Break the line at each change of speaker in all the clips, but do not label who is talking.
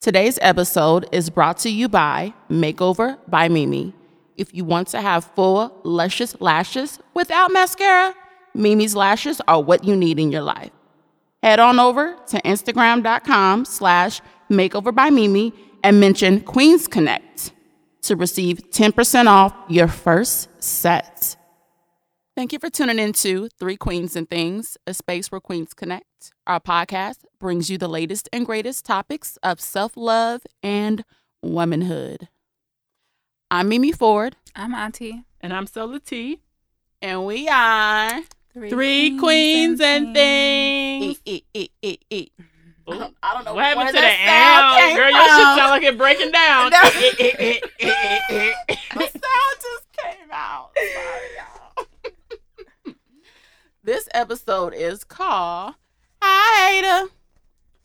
Today's episode is brought to you by Makeover by Mimi. If you want to have full, luscious lashes without mascara, Mimi's lashes are what you need in your life. Head on over to Instagram.com slash makeover by Mimi and mention Queens Connect to receive 10% off your first set. Thank you for tuning in to Three Queens and Things, a space where queens connect. Our podcast brings you the latest and greatest topics of self love and womanhood. I'm Mimi Ford.
I'm Auntie.
And I'm Sola T.
And we are
Three queens and
E,
things.
I don't, I don't know
What happened
where
to the
that sound
L?
came
Girl, your shit
from.
sound like it breaking down.
No.
Eh, eh, eh, eh, eh, eh.
the sound just came out. Sorry, y'all. this episode is called Hi Ada.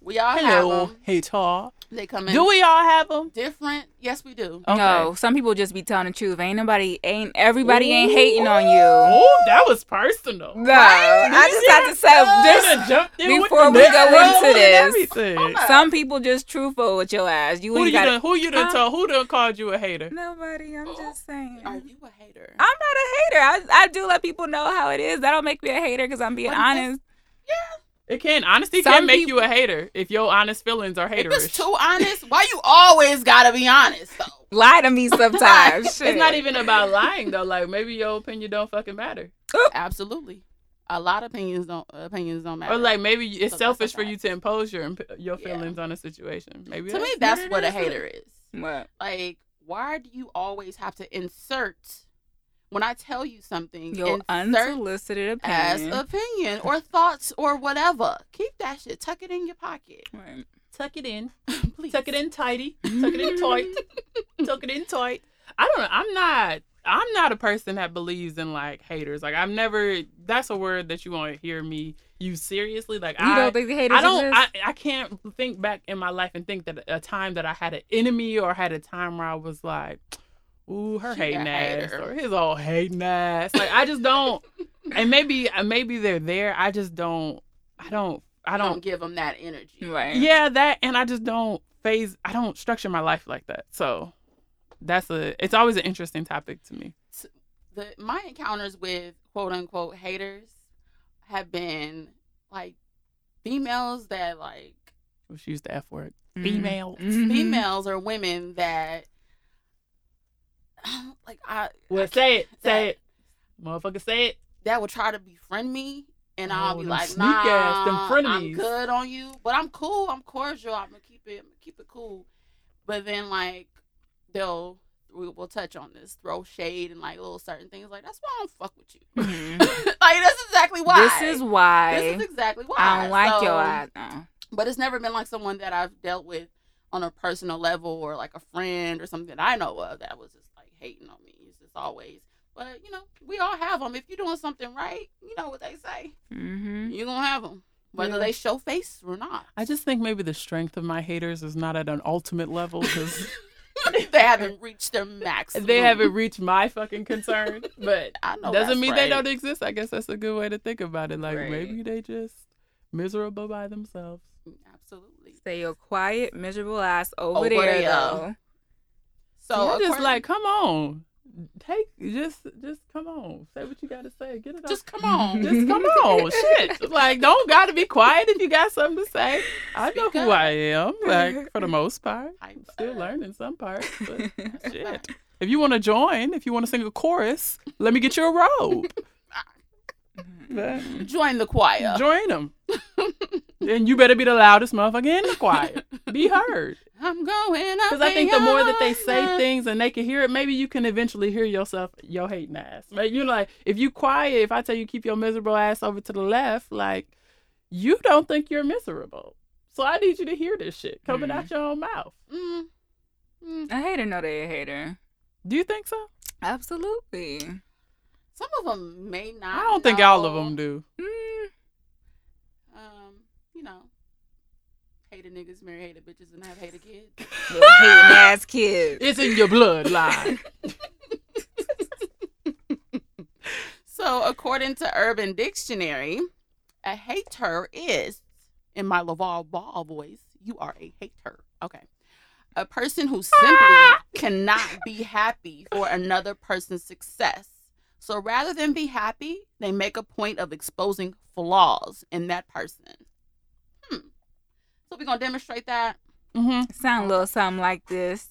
We all have
Hello.
them.
Hey, tall.
They come in
Do we all have them?
different. Yes, we do.
Mm. No, some people just be telling the truth. Ain't nobody, ain't everybody, ain't hating on you.
Oh, that was personal.
No, I just have to say
Shoulda jumped in with
before
the
we
next
go
roll
into
and
this.
everything.
this. Some people just truthful with your ass. You
Who
ain't
you
got
done? Who you done
Huh?
told? Who done called you a hater?
nobody. I'm just saying.
Are
Mm-hmm.
I'm
you a hater?
not a hater. I, I do let people know how it is. That don't make me a hater because I'm being
But that's-
honest.
It can honesty
Some
can make you
people-
a hater if your honest feelings are
If
haterish.
it's too honest, why you always gotta be honest though?
Lie to me sometimes. Shit.
it's not even about lying though. Like maybe your opinion don't fucking matter,
Absolutely. A lot of opinions don't opinions don't matter.
or like maybe you- it's
So that's
selfish
a
for you to impose your imp- your
Yeah.
feelings on a situation. Maybe
to me,
it
that's what a
is.
hater is.
What?
Like, why do you always have to insert when I tell you something?
Your
insert
unsolicited
as
opinion.
opinion or thoughts or whatever. Keep that shit. Tuck it in your pocket.
Right.
Tuck it in.
Please.
tuck it in tighty, tuck it in tight, tuck it in tight. I don't know. I'm not. I'm not a person that believes in like haters. Like I've never. That's a word that you want to hear me use seriously. Like
You
I
don't think the haters
I don't.
exist?
I, I can't think back in my life and think that a time that I had an enemy or had a time where I was like, "Ooh, her
She a
hating ass,"
hater.
or his old hating ass. Like I just don't. and maybe uh, maybe they're there. I just don't. I don't. I
Don't,
don't
give them that energy.
Right.
yeah that and i just don't phase i don't structure my life like that so that's a it's always an interesting topic to me
The, my encounters with quote unquote haters have been like females that like
let's use the f word
Mm-hmm.
Mhm.
female
Mhm.
females or women that like I
well say it say it motherfucker say it
that would try to befriend me, and I'll
Oh,
be
them
like,
sneak
nah,
ass, them
I'm
frenemies."
good on you, but I'm cool, I'm cordial, I'm gonna keep it, I'm gonna keep it cool. But then like they'll we, we'll touch on this, throw shade and like little certain things. Like that's why I don't fuck with you.
Mhm.
like that's exactly why.
This is why.
This is exactly why.
I don't like
So-
your eyes. No.
But it's never been like someone that I've dealt with on a personal level or like a friend or something that I know of that was just like hating on me. It's just always. But you know, we all have them. If you're doing something right, you know what they say.
Mm-hmm.
You're gonna have them, whether
Yeah.
they show face or not.
i just think maybe the strength of my haters is not at an ultimate level because
they haven't reached their maximum.
they haven't reached my fucking concern but
I know.
doesn't
Oh, that's
mean
right.
they don't exist i guess that's a good way to think about it like
Right.
maybe they just miserable by themselves
Absolutely.
Stay your quiet, miserable ass over,
Over
there,
there.
though.
So
I'm just
according-
like, come on, take just just come on, say what you gotta say, get it
just
off.
come on.
Just come on, shit. Like, don't gotta be quiet if you got something to say. I know
Speak
who
up.
I am, like for the most part.
Type
Still
up.
learning some parts, but
Mm-hmm.
That's
shit.
right.
if you want to join, if you want to sing a chorus, let me get you a robe. But
Join the choir.
Join them, and you better be the loudest motherfucker in the choir. Be heard.
I'm going up.
Because I think the
in
more that they
your
say
heart.
things and they can hear it, maybe you can eventually hear yourself, your hating ass. Like, you know, like, if you quiet, if I tell you keep your miserable ass over to the left, like, you don't think you're miserable. So I need you to hear this shit coming
Mhm.
out your own mouth.
Mm. Mm.
A hater know they a hater.
Do you think so?
Absolutely.
Some of them may not.
I don't think all of
know.
them do.
Mm.
Um, you know, hated niggas marry hated bitches and have hated kids.
Little hating ass kids.
It's in your bloodline.
So, according to Urban Dictionary, a hater is, in my Laval Ball voice, you are a hater. Okay. a person who simply cannot be happy for another person's success. So rather than be happy, they make a point of exposing flaws in that person. Hmm. So we're gonna demonstrate that.
Mm-hmm.
Sound a little something like this.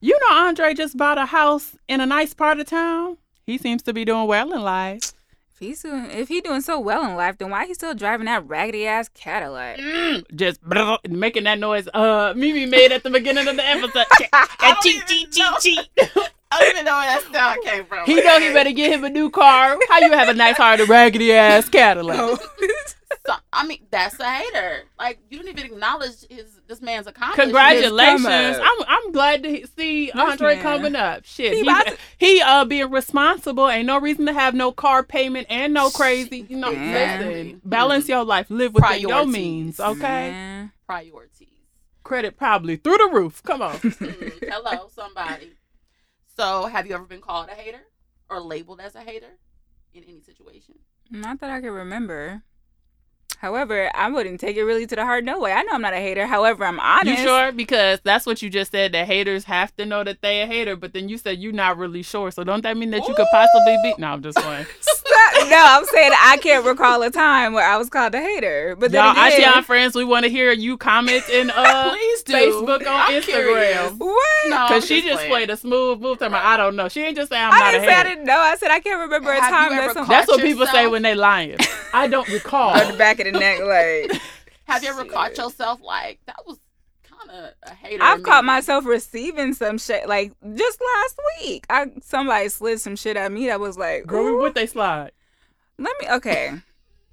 You know, Andre just bought a house in a nice part of town. He seems to be doing well in life.
If he's doing, if he doing so well in life, then why he still driving that raggedy ass Cadillac?
Mm.
Just making that noise uh Mimi made at the beginning of the episode.
I don't even know- I don't even know where that sound came from.
he know he better get him a new car. How you have a nice heart and raggedy ass Cadillac?
So, I mean, that's a hater. Like you didn't even acknowledge his this man's accomplishment.
Congratulations!
Yes, come
I'm I'm glad to see Andre
man.
coming up. Shit,
He
he,
about to-
he, uh being responsible. Ain't no reason to have no car payment and no crazy. You know,
Man.
listen, balance your life, live within your
Priorities.
means. Okay,
Man.
Priorities.
credit probably through the roof. Come on.
Mm, hello, somebody. So, have you ever been called a hater or labeled as a hater in any situation?
Not that I can remember. However, I wouldn't take it really to the heart. No way. I know I'm not a hater. However, I'm honest.
You sure? Because that's what you just said. That haters have to know that they a hater. But then you said you're not really sure. So don't that mean that you could possibly be? No, I'm just playing.
Stop. No, I'm saying I can't recall a time where I was called a hater. But then
Y'all,
again,
Ashion friends, we want to hear you comment in uh
Please do.
Facebook on
I'm
Instagram.
curious.
what?
No, I'm
Cause she just
playing.
played a smooth move to my. I don't know. She ain't just say I'm
I
not a
didn't say I
hater.
didn't know. I said I can't remember a
Have you
time
ever
that someone
caught
That's what people say
yourself?
when they lying. I don't recall.
on the back of the neck. Like
Have you ever caught
Shit.
yourself like that was kind of a hater?
I've
of
caught
me?
myself receiving some shit. Like just last week, I somebody slid some shit at me that was like,
Girl,
"Ooh."
what they slide?
Let me okay.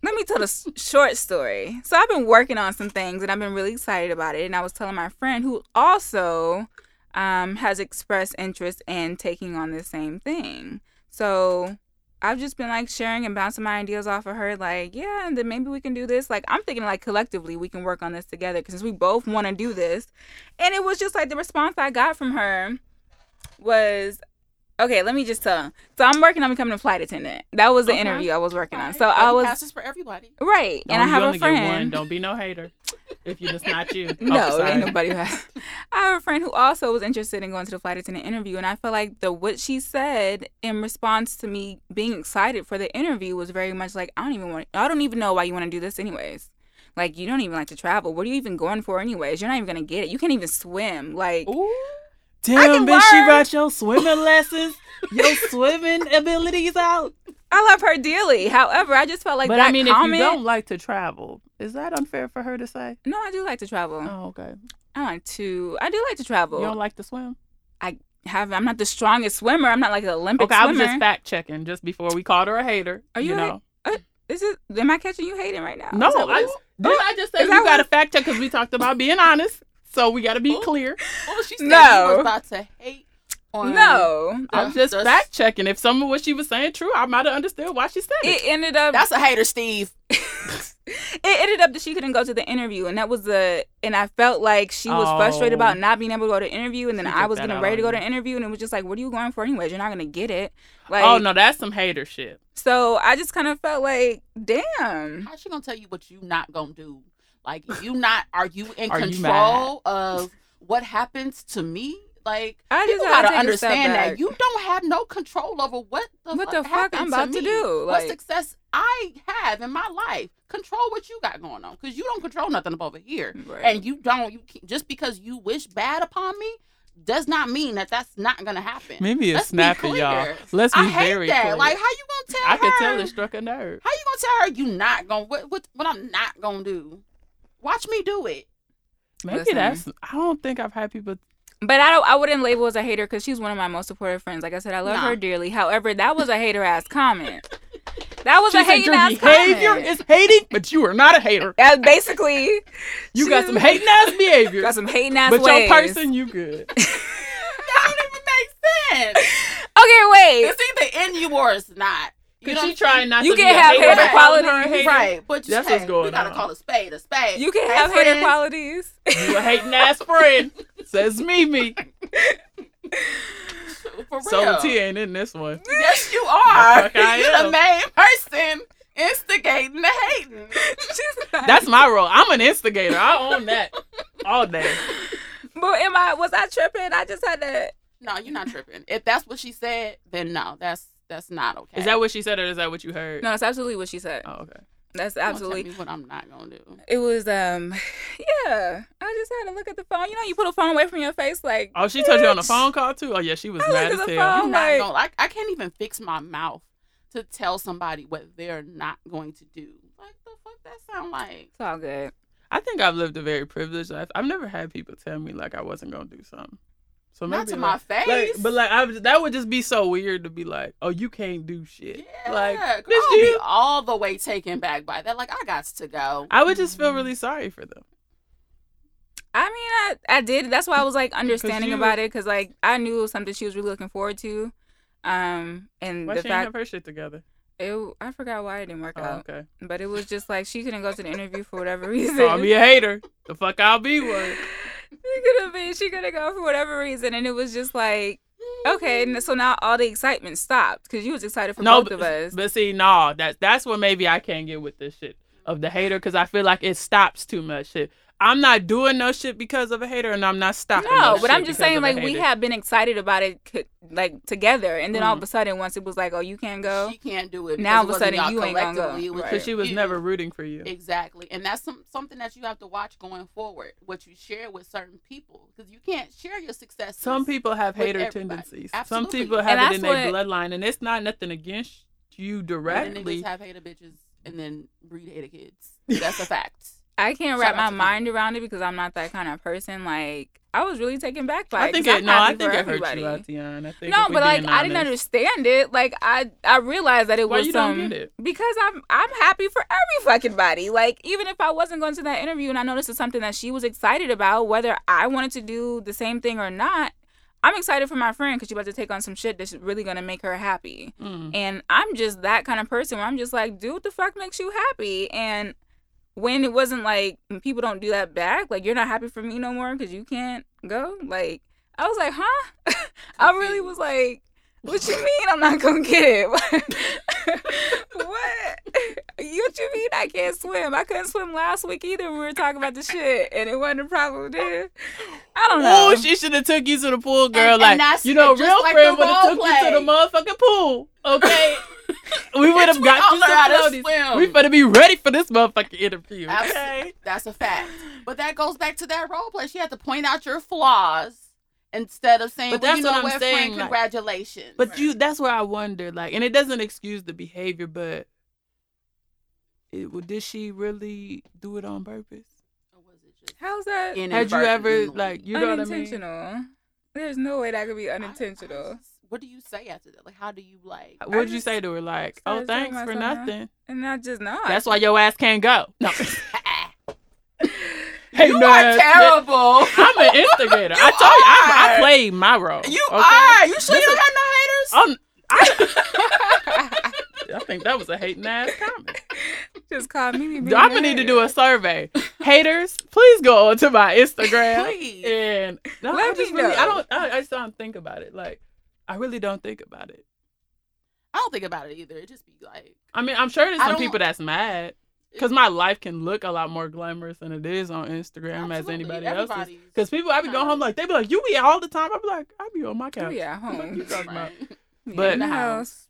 Let me tell a s- short story. So I've been working on some things and I've been really excited about it. And I was telling my friend who also um, has expressed interest in taking on this same thing. So I've just been like sharing and bouncing my ideas off of her. Like, yeah, and then maybe we can do this. Like I'm thinking like collectively we can work on this together because we both want to do this. And it was just like the response I got from her was okay. Let me just tell. So I'm working on becoming a flight attendant. That was the
Okay.
interview I was working on.
Right.
So
Like,
I
you
was
pass this for everybody.
Right.
Don't,
and I
you
have
only
a
get one.
friend.
Don't be no hater. If you just not you.
no,
oh, sorry.
ain't nobody who has. I have a friend who also was interested in going to the flight attendant interview, and I feel like the what she said in response to me being excited for the interview was very much like, I don't even want. I don't even know why you want to do this, anyways. Like you don't even like to travel. What are you even going for, anyways? You're not even gonna get it. You can't even swim. Like
Ooh.
can
Damn, bitch, she
learn.
brought your swimming lessons, your swimming abilities out.
I love her dearly. However, I just felt like
but
that
I mean,
comment.
if you don't like to travel, is that unfair for her to say?
no, I do like to travel.
Oh, okay.
I like to. I do like to travel.
You don't like to swim?
have I'm not the strongest swimmer. I'm not like an Olympic
Okay, I
swimmer.
was just fact checking just before we called her a hater.
Are you a
know?
This is am I catching you hating right now?
No,
Is that what
I
it is?
didn't I just say
Is
you
that
got to fact check because we talked about being honest. So we got to be
Ooh.
clear.
Oh, she said
No.
you was about to hate on
no.
Uh,
I'm just
that's-
fact checking. If some of what she was saying true, I might have understood why she said
It
it.
ended up
That's a hater, Steve.
it ended up that she couldn't go to the interview and that was the and I felt like she was
Oh.
frustrated about not being able to go to the interview and then
She
I
took
was
that
getting
out
ready to
on
go to
you.
interview and it was just like, What are you going for anyways? You're not gonna get it. Like
oh no, that's some hater shit.
so I just kind of felt like,
Mm-hmm.
damn.
How's she gonna tell you what you not gonna do? Like you not are you in
Are you
control of what happens to me? Like
I just
you
had to
gotta
take a step
understand
back.
that you don't have no control over what the
What
fuck
the fuck
happened
I'm about to
me,
do, like-
what success I have in my life. Control what you got going on, cause you don't control nothing up over here,
Right.
and you don't. You can't- just because you wish bad upon me does not mean that that's not gonna happen.
Maybe
Let's
it's
be
snapping, y'all.
clear.
Let's be
I hate
very
that.
clear.
Like, how you gonna tell
I could
her-
tell it struck a nerve.
how you gonna tell her you not gonna what what what I'm not gonna do? Watch me do it.
Maybe
Listen.
that's. I don't think I've had people.
But I don't I wouldn't label as a hater because she's one of my most supportive friends. Like I said, I love
Nah.
her dearly. However, that was a hater ass comment. That was
She
a
said
hating
your
ass
behavior
comment.
is hating, but you are not a hater.
That's basically
You got some
Shoot.
hating ass behavior,
got some hating ass
but
ways.
your person, you good.
That don't even make sense.
Okay, wait.
It's either in you or it's not. You
Because
know
she
what I'm
trying not
You
to
can
be
have
a hater,
hater
but calling her
qualities.
a hater.
Right, but you,
That's
hey,
what's going
you gotta
on.
call a spade a spade.
You can
Hey,
have hater
friend,
qualities.
You a hating ass friend, says Mimi.
For real.
So T ain't in this one.
Yes, you are.
The fuck I
You're the
am.
main person instigating the hating.
She's like-
That's my role. I'm an instigator. I own that all day.
But am I was I tripping? I just had to.
No, you're not tripping. If that's what she said, then no, that's that's not okay.
Is that what she said, or is that what you heard?
No, that's absolutely what she said.
Oh, okay.
That's
Don't tell
absolutely.
me what I'm not gonna do?
It was um, yeah. I just had to look at the phone. You know, you put a phone away from your face, like.
Oh, she told you on a
bitch.
phone call too. Oh yeah, she was
I
mad
looked
as
at the
hell.
I'm
phone.
not
like-
gonna, I, I can't even fix my mouth to tell somebody what they're not going to do. Like the fuck that sound like?
It's all good.
I think I've lived a very privileged life. I've never had people tell me like I wasn't gonna do something. So maybe
Not to my
like,
face.
like- but like I was- that would just be so weird to be like, oh, you can't do shit.
yeah,
Like,
girl,
bitch, do
I'll be
you?
all the way taken back by that. Like I got to go.
I would just feel really sorry for them.
I mean, I I did. That's why I was like understanding
you-
about it, cause like I knew it was something she was really looking forward to. Um, and
Why
the
she ain't have
fact
her shit together?
it, I forgot why it didn't work
Oh,
out,
okay.
but it was just like she couldn't go to the interview for whatever reason.
Call me a hater. The fuck I'll be one.
She could have been. She could have gone for whatever reason, and it was just like, okay.
Mm-hmm.
n- So now all the excitement stopped because you was excited for both
but,
of us.
but see, no, that's that's what maybe I can't get with this shit of the hater because I feel like it stops too much shit. I'm not doing no shit because of a hater, and I'm not stopping.
no,
no
but
shit
I'm just
because
saying
of a
like we
hater.
have been excited about it, co- like together, and then
Mm-hmm.
all of a sudden once it was like, oh, you can't go.
She can't do it.
Now
because
all of a
it wasn't
sudden
y'all
you ain't gonna go.
collectively, it was
Right.
Because she was
you.
never rooting for you.
Exactly, and that's some, something that you have to watch going forward. What you share with certain people, because you can't share your success.
Some people have
With
hater
everybody.
tendencies.
Absolutely.
Some people
And
have it
that's
in their
what-
bloodline, and it's not nothing against you directly.
niggas have hater bitches and then breed hater kids. That's a fact.
I can't
Shout
wrap
out
my
to Kim.
mind around it because I'm not that kind of person. Like I was really taken back by.
I think
'cause
it,
I'm
no, I
happy
think
for
it hurt you,
everybody.
Atiyan. I think
No,
if we
but like
being
I didn't
honest-
understand it. Like I, I realized that it
Why
was
you
some
don't get it?
because I'm I'm happy for every fucking body. Like even if I wasn't going to that interview and I know this is something that she was excited about, whether I wanted to do the same thing or not, I'm excited for my friend because she's about to take on some shit that's really gonna make her happy.
Mm.
And I'm just that kind of person where I'm just like, do what the fuck makes you happy. And when it wasn't like people don't do that back, like you're not happy for me no more because you can't go. Like I was like, huh? I really was like, what you mean I'm not gonna get it? what? What you mean I can't swim? I couldn't swim last week either. when We were talking about the shit, and it wasn't a problem then. I don't know.
Oh, she should have took you to the pool, girl.
and
like
that's-
you know,
and just
real
like the
friend would have
role
took you to the
play.
motherfucking pool. Okay, we would have got
all
you
learn how to
some floaties.
swim.
We better be ready for this motherfucking interview.
Abs-
Okay.
That's a fact. But that goes back to that role play. She had to point out your flaws instead of saying,
But
well,
that's
you know
what I'm
what,
saying,
friend,
like-
congratulations.
But you, that's where I wonder. Like, and it doesn't excuse the behavior, but it, well, did she really do it on purpose?
Or was it just
How's that
Had you ever
inadvertently?
like you know what I mean?
unintentional? There's no way that could be
I- I
unintentional.
just- what do you say after that? Like, how do you like?
What'd you
just
say to her? Like, oh,
started talking
thanks
about
for
something.
nothing.
and not just not.
That's why your ass can't go. No, hey,
you are terrible.
I'm an instigator. I told you, I, I
are.
played my role.
you
okay?
are. You sure you
Listen,
don't got no haters?
I'm, I, I think that was a hating ass comment.
just call me.
I'm gonna need to do a survey. Haters, please go on to my Instagram.
Please.
And no, I
Let
just
me
really, I
know.
don't. I, I just don't think about it. Like, I really don't think about it.
I don't think about it either. It just be like,
I mean, I'm sure there's
I
some
don't-
people that's mad because my life can look a lot more glamorous than it is on Instagram as
Absolutely,
anybody else's.
everybody's-
Because people, I be going home like they be like, "You be out all the time." I be like, "I be on my couch."
Oh, Yeah, home.
You talking about?
Right.
But-
in the
No.
house.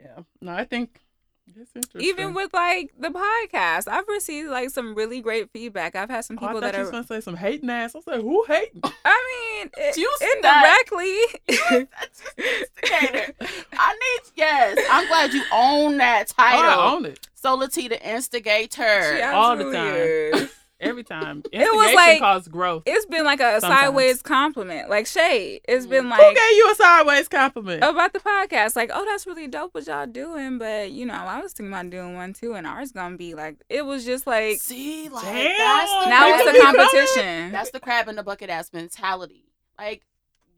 Yeah. No, I think it's interesting.
Even with like the podcast, I've received like some really great feedback. I've had some
oh, I
people
thought
that
you
are.
was gonna say some hating ass. I was like, "Who hating?"
I mean, it,
You said that.
indirectly.
That's just instigator. I need yes. I'm glad you own that
Oh,
title.
I own it
So Latita instigator.
She
all the
absolutely
time.
is.
every time.
It
Instigation
was like-
caused growth.
It's been like a
Sometimes.
sideways compliment, like shade. It's been
Who
like
gave you a sideways compliment?
about the podcast, like, oh, that's really dope what y'all doing, but you know, I was thinking about doing one too, and ours gonna be like, it was just like
See, like
Damn.
that's the
now
People
it's
be
a
coming.
competition.
That's the crab in the bucket ass mentality. Like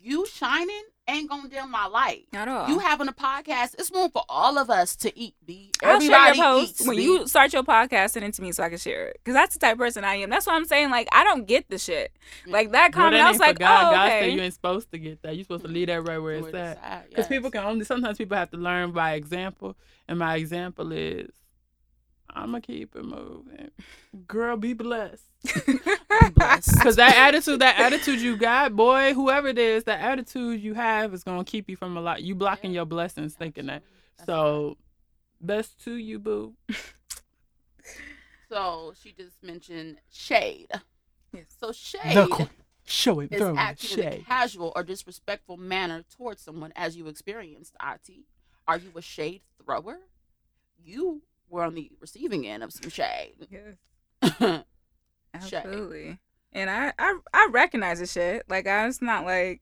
you shining ain't gonna dim my light.
Not all.
You having a podcast, it's room for all of us to eat, B.
I'll share
Everybody
your post
eats.
when
B.
you start your podcast. Send it to me so I can share it. Cause that's the type of person I am. That's what I'm saying. Like I don't get the shit. Like that
Girl,
comment, I
that ain't
was
for
like,
God.
oh,
God
okay.
said you ain't supposed to get that. You supposed to leave that right where it's at. Because
Because
people can only sometimes people have to learn by example, and my example is I'ma keep it moving. Girl, be blessed.
Bless.
Cause that attitude, that attitude you got, boy, whoever it is, that attitude you have is gonna keep you from a lot. You blocking your blessings thinking that. So best to you, boo.
So she just mentioned shade.
Yes.
So shade
Show it,
is acting in a casual or disrespectful manner towards someone as you experienced, Ati. Are you a shade thrower? You were on the receiving end of some shade.
Yes.
Shade.
Absolutely. And I, I I recognize the shit. Like I it's not like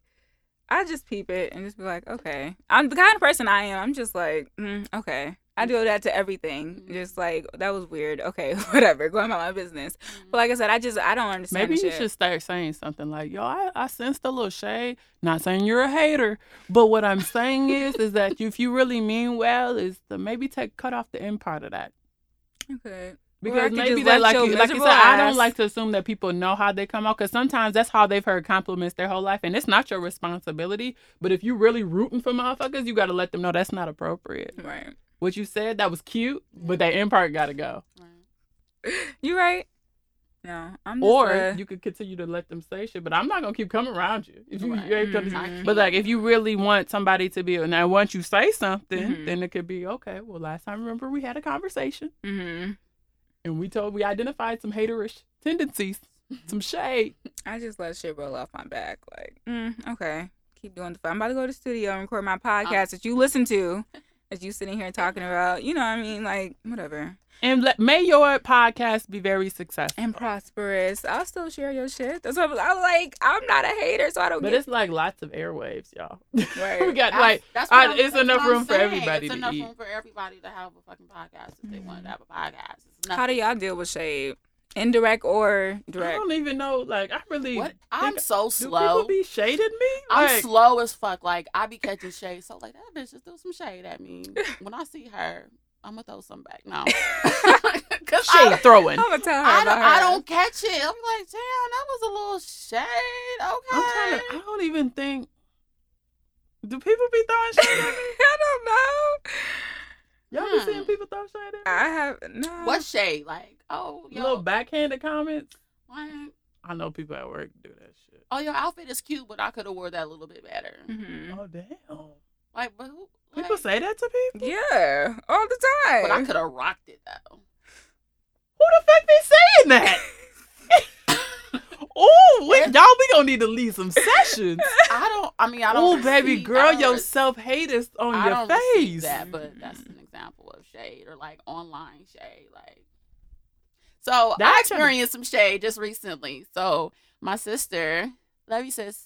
I just peep it and just be like, okay. I'm the kind of person I am. I'm just like, mm, okay. I do that to everything.
Mm-hmm.
Mhm.
Just like that was weird. Okay, whatever. Going about my business. But like I said, I just I don't understand.
Maybe
the
you
shit.
should start saying something like, "Yo, I, I sensed a little shade." Not saying you're a hater, but what I'm saying is, is that if you really mean well, is to maybe take cut off the end part of that.
Okay. Or I
Because
could
maybe
just
they
let
like
your
you, like you
miserable
said, I don't
ass-
like to assume that people know how they come out because sometimes that's how they've heard compliments their whole life, and it's not your responsibility. But if you really rooting for motherfuckers, you got to let them know that's not appropriate.
Right.
What you said that was cute, but that end part got to go.
You right? No. I'm just
Or
a-
you could continue to let them say shit, but I'm not gonna keep coming around you. If you,
Right.
you ain't gonna,
Mhm.
Mm-hmm. But like, if you really want somebody to be, and I want you say something,
Mm-hmm.
Mhm.
then it could be okay. Well, last time remember we had a conversation
Mhm.
and we told we identified some haterish tendencies, some shade.
I just let shit roll off my back. Like, mm, okay, keep doing the. I'm about to go to the studio and record my podcast that you listen to, that you sitting here talking about. You know, what I mean, like, whatever.
And let, may your podcast be very successful.
And prosperous. I'll still share your shit. That's what I'm like. I'm not a hater, so I don't
But
get.
it's like lots of airwaves, y'all.
Right.
we got
That's-
like
that's
I-
what Oh, I'm-
it's
that's
enough
what I'm
room for
saying.
everybody
It's
to
enough
eat. Mm-hmm.
room for everybody to have a fucking podcast if they wanted to have a podcast. It's
How do
nothing.
y'all deal with shade, indirect or
I
direct?
don't even know. Like I really
What?
think-
I'm so
do
slow.
people be shaded me?
I'm
Like,
slow as fuck. Like I be catching shade. So like that bitch just threw some shade at me. When I see her, I'ma throw some back. No. 'Cause I,
shade throwing.
I'm gonna tell her
I
about
don't,
her.
I don't catch it. I'm like, damn, that was a little shade. Okay.
I'm trying to. I don't even think. Do people be throwing shade at me?
I don't know.
Y'all
Hmm.
be seeing people throw shade at me?
I have no.
what shade? Like, oh, yo,
Little backhanded comments.
like,
I know people at work do that shit.
oh, your outfit is cute, but I could have wore that a little bit better.
Mhm.
Oh damn!
Like, but who?
People
Mm. like,
say that to people.
Yeah, all the time.
but I could have rocked it though.
Who the fuck be saying that? oh, we, y'all, we gonna need to leave some sessions.
I don't. I mean, I don't.
Oh, baby
receive- I
girl,
don't
your
re-
self hate is on
I
your
don't receive
face.
That, but that's an example of shade or like online shade. Like, so I
That can-
experienced some shade just recently. So my sister, love you, sis,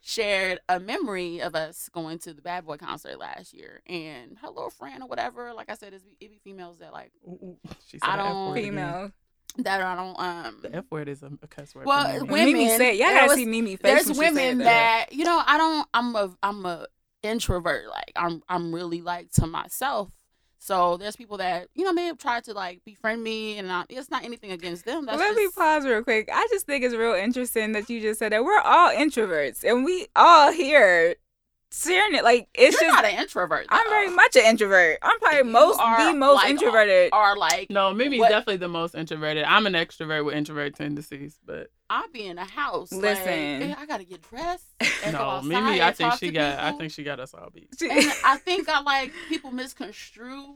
shared a memory of us going to the Bad Boy concert last year, and her little friend or whatever. Like I said, it's- it be females that like
Ooh, ooh. She
I
the F
don't-
word again.
female.
that I don't um.
The F word is a, a cuss word.
Well,
for me.
when-
Mimi
Women,
said, "Y'all
there
gotta
was-
see Mimi face."
there's
when she said
women that you know i don't i'm a i'm a introvert like i'm i'm really like to myself so there's people that you know may have tried to like befriend me and I, it's not anything against them that's
Let me
just-
pause real quick. I just think it's real interesting that you just said that we're all introverts and we all here sharing it. Like it's
you're
just,
not an introvert
I'm
though.
very much an introvert. I'm probably
You
most
are,
the most
like,
introverted.
are like
no, Mimi's
What-
definitely the most introverted. I'm an extrovert with introvert tendencies, but
i'll be in the house like,
Listen.
eh, i gotta get dressed and go
no,
outside
Mimi,
and
I think
talk
she
to
got. I
people.
think she got us all beat.
and i think i like people misconstrue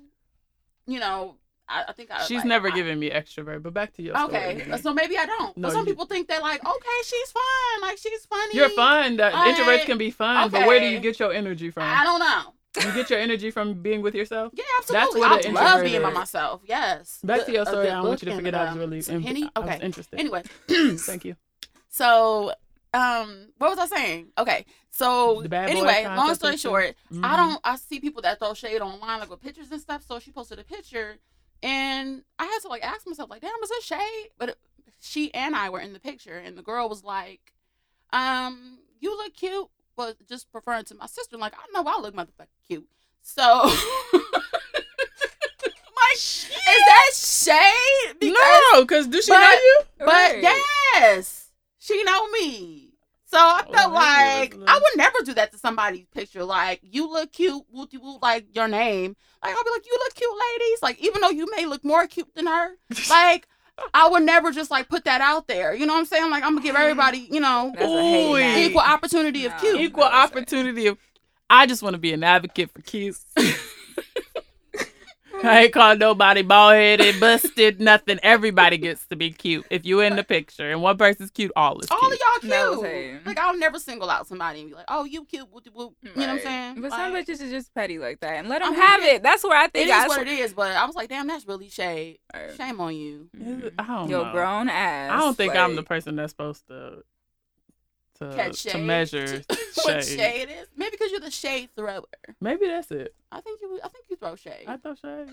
you know i, I think I,
She's
like,
never
I-
given me extrovert, but back to your story.
Okay, uh,
Mimi.
so maybe I don't.
No,
but some
you-
people think that like, okay, she's fun, like she's funny.
You're fun. The
I-
introverts can be fun, but where do you
okay.
get your energy from?
I don't know.
You get your energy from being with yourself.
Yeah,
where
absolutely.
the
I love
introvert
being by
is.
myself. Yes.
Back to your
The- uh,
story.
the
I don't want you to
book
forget
and,
I was
um,
really
some Henny?
I was
Okay.
interested.
Anyway,
Thank you.
so um, what was I saying? Okay, so
The bad boy
anyway, long
concept
story
and stuff?
short, I
Mhm.
don't. I see people that throw shade online, like with pictures and stuff. So she posted a picture, and I had to like ask myself, like, damn, is this shade? But it- she and I were in the picture, and the girl was like, um, you look cute, but just referring to my sister, like, I know I look motherfucking cute. So, like, is that shade?
Mm.
Because
no, because does she know
but-
you?
but yes, she know me. So I felt
Oh, I
like
get it.
I would never do that to somebody's picture. Like you look cute, woot de woot, like your name. Like I'll be like, you look cute, ladies. Like even though you may look more cute than her, like I would never just like put that out there. You know what I'm saying? Like I'm gonna give everybody, you know,
That's a hate
Ooh,
act.
equal opportunity of
No.
cute.
Equal
That's right.
opportunity of. I just want to be an advocate for kids. I ain't call nobody bald headed, busted, nothing. Everybody gets to be cute if you in the picture, and one person's cute, all is
All
cute.
of y'all cute.
That was hate.
Like I'll never single out somebody and be like, oh, you cute, woot de woot. You know what I'm
Right.
saying?
But some
Like,
bitches are just petty like that, and let
I
them
mean,
have
it-
it. That's where I
It
think
is
I.
what it is, but I was like, damn, that's really shade. Shame on you.
Is it- I don't
Your
know.
grown ass.
I don't think I'm the
like,
person that's supposed to to,
Catch shade.
to measure
what
shade.
shade is? Maybe because you're the shade thrower.
Maybe that's it.
I think you. I think you throw shade.
I thought shade.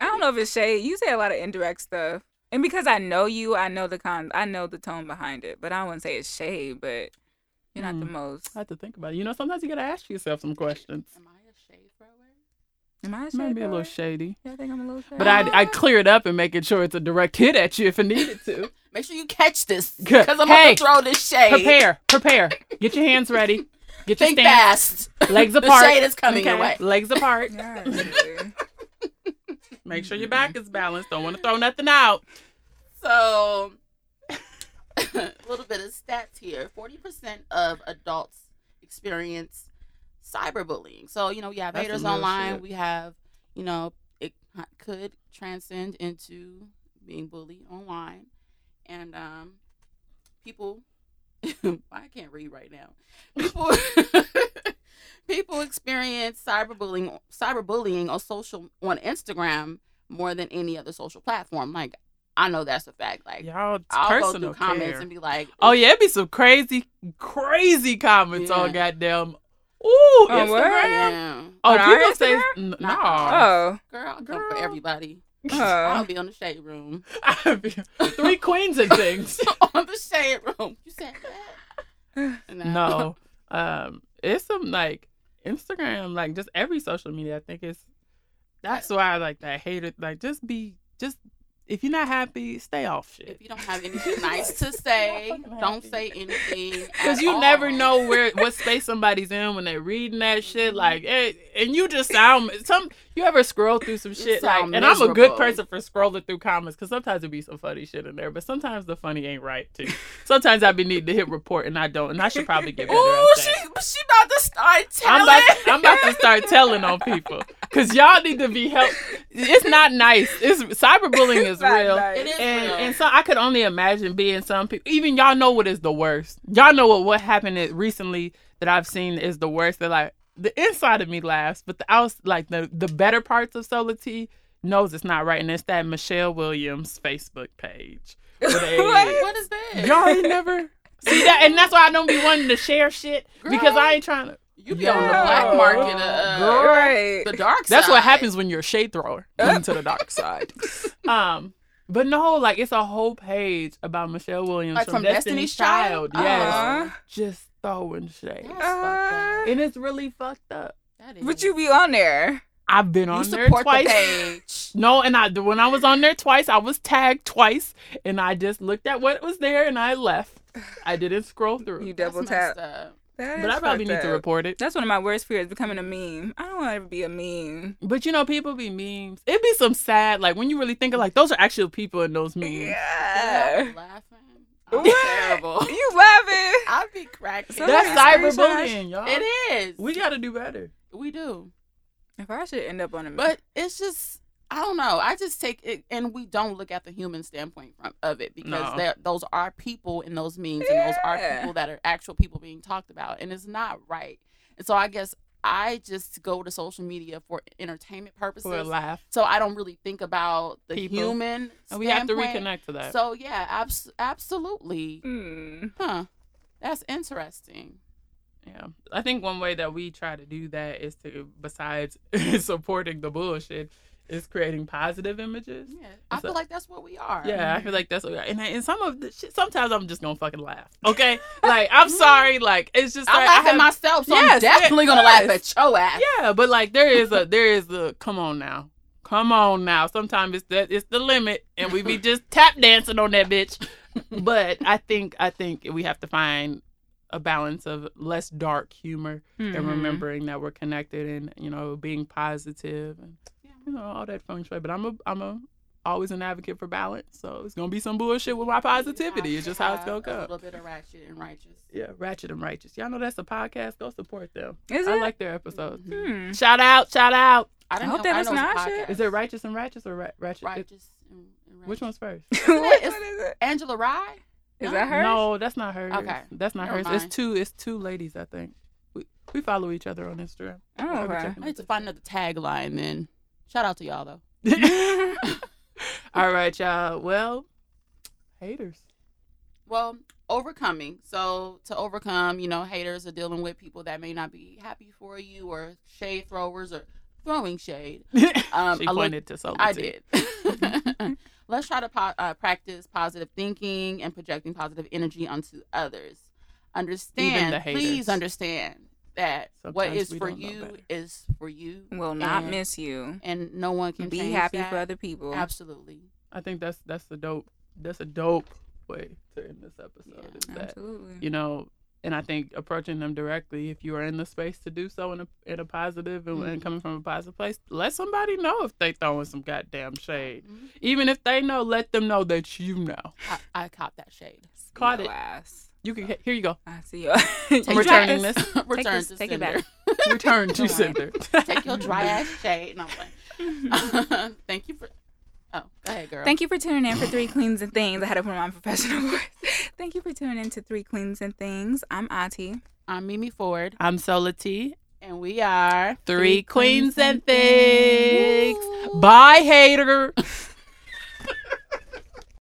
I don't know if it's shade. You say a lot of indirect stuff, and because I know you, I know the con. I know the tone behind it, but I wouldn't say it's shade. But you're not the
Mm.
most.
I have to think about it. You know, sometimes you gotta ask yourself some questions.
Am I a shade thrower?
Am I a shade?
Maybe a
thrower?
little shady,
Yeah, I think I'm a little shade.
but I I clear it up and making sure it's a direct hit at you if it needed to.
Make sure you catch this
Good.
because I'm
Hey,
about to throw this shade.
prepare, prepare. Get your hands ready. Get your
Think
stance.
fast.
Legs
The
apart.
shade is coming your way.
Legs apart.
Yeah, really.
Make sure your back is balanced. Don't want to throw nothing out.
So, a little bit of stats here: forty percent of adults experience cyberbullying. So you know we have
That's
haters
some real
online.
shit.
We have you know it could transcend into being bullied online, and um, people. I can't read right now. People. People experience cyberbullying, cyberbullying on social on Instagram more than any other social platform. Like I know that's a fact. Like
Y'all it's
I'll go
personal
through comments
care.
and be like,
Oh yeah, it'd be some crazy, crazy comments
Yeah.
on goddamn. Ooh,
On what?
Instagram.
yeah,
Oh,
On our
people say
Instagram?
n-
Not
no.
Oh,
girl, I come for
Girl. Uh.
everybody. I'll
oh.
be on the shade room.
Three queens and things.
on the shade room. You said that?
no, um, it's some like Instagram, like just every social media. I think it's that's why I like that hater. Like just be, just if you're not happy, stay off shit.
If you don't have anything nice to say, don't say anything.
Cause
at
you never
all.
know where what space somebody's in when they're reading that
Mm-hmm.
shit. Like, it, and you just sound some. You ever scroll through some shit like?
sound
And I'm a good
miserable.
person for scrolling through comments because sometimes it be some funny shit in there, but sometimes the funny ain't right too. Sometimes I be needing to hit report and I don't, and I should probably get better.
Ooh,
at
she
that.
she about to start
I'm
telling.
about, I'm about to start telling on people because y'all need to be helped. It's not nice. It's cyberbullying is
It's not
real.
nice.
It is
And,
real.
and so I could only imagine being some people. Even y'all know what is the worst. Y'all know what what happened is- recently that I've seen is the worst. That like the inside of me laughs, but the outs like the the better parts of Solar T knows it's not right, and it's that Michelle Williams Facebook page. where they-
What?
what is that?
Y'all ain't never see that, and that's why I don't be wanting to share shit because
Girl.
I ain't trying to.
you be on the black
Yo.
market, uh,
Girl.
Right.
the dark side.
That's what happens when you're a shade thrower into the dark side. Um, but no, like it's a whole page about Michelle Williams
Like
from,
from Destiny's
Destiny's, Child.
Child?
Yes,
Uh-huh.
just throwing shade,
That's fucked
and it's really fucked up.
up. That
uh-huh. But
is-
you be on there.
I've been
you
on there
support the
twice.
page.
No, and I when I was on there twice, I was tagged twice, and I just looked at what was there and I left. I didn't scroll through,
You
That's
double
messed
tap.
up.
That
but
is
I probably
fucked
need to
up.
report it.
That's one of my worst fears: becoming a meme. I don't want to be a meme.
But you know, people be memes. It be some sad, like when you really think of like those are actual people in those memes.
Mm. Yeah.
I'm laughing. I'm
Uh. What?
terrible.
You laughing?
I be cracking.
So
That's
Somebody
cyberbullying, y'all.
It is.
We gotta do better.
we do.
If I should end up on a meme,
But it's just I don't know. I just take it, and we don't look at the human standpoint from of it
No.
because they're those are people in those memes, and those are
Yeah.
people that are actual people being talked about, and it's not right. And so I guess I just go to social media for entertainment purposes.
For a laugh.
so I don't really think about the
People.
human.
And we have to
standpoint.
reconnect to that.
So yeah, abs- absolutely.
Mm.
Huh. That's interesting.
yeah. I think one way that we try to do that is to besides supporting the bullshit is creating positive images.
Yeah. I
So-
feel like that's what we are.
Yeah, I feel like that's what and, and some of the shit sometimes I'm just gonna fucking laugh. Okay? like I'm sorry, like it's just
I
like,
laugh
have-
at myself, so
Yes,
I'm definitely gonna
yes.
laugh at your ass.
Yeah, but like there is a there is a come on now. Come on now. Sometimes it's the it's the limit and we be just tap dancing on that bitch. but I think I think we have to find a balance of less dark humor
Mm-hmm.
and remembering that we're connected and you know being positive and you know all that feng shui. But I'm a I'm a always an advocate for balance, so it's gonna be some bullshit with my positivity. It's just how it's gonna
A
go.
little bit of ratchet and righteous.
Yeah, Ratchet and Righteous. Y'all know that's a podcast. Go support them.
Is
I
it?
like their episodes.
Hmm.
Shout out, shout out.
Mm-hmm. I don't
I hope
know.
that
I
is
know it's a
not shit.
podcast.
Is it Righteous and Righteous or Ra- Ratchet?
righteous? And, and righteous.
Which one's first?
what
It's-
what is it?
Angela Rye. No.
Is that her?
No, that's not hers.
Okay.
That's not
Never
hers.
mind.
It's two it's two ladies, I think. We we follow each other on Instagram.
Oh,
I'll be
okay.
checking
I
out
need to find another tagline. Then shout out to y'all though.
the- All right, y'all. Well, haters.
Well, overcoming. So to overcome, you know, haters are dealing with people that may not be happy for you or shade throwers or throwing shade. Um,
she
I look-
pointed to Soul.
I did. Let's try to po- uh, practice positive thinking and projecting positive energy onto others. Understand,
the haters.
please understand that what
Sometimes
is
we
for
don't know
you
better. Mm.
is for you,
Will not
and-
miss you.
and no one can
Be
change
happy
that.
for other people.
Absolutely.
I think that's that's a dope that's a dope way to end this episode.
Yeah,
is that
Absolutely.
you know and i think approaching them directly if you are in the space to do so in a, in a positive and, and coming from a positive place let somebody know if they throwing some goddamn shade
Mhm.
even if they know let them know that you know
I, I caught that shade.
caught it.
Your ass.
you can here you go
I see you.
Take
returning
your-
this.
Return
this-
to
take it
sender.
back.
return to
worry.
sender
Take your dry ass shade. No, I'm playing. Thank you for. Oh, go ahead, girl.
Thank you for tuning in for Three Cleans and Things. I had to put on my professional voice. Thank you for tuning in to Three Cleans and Things. I'm Ati.
I'm Mimi Ford,
i'm sola t
and we are
three queens and
queens and
figs bye hater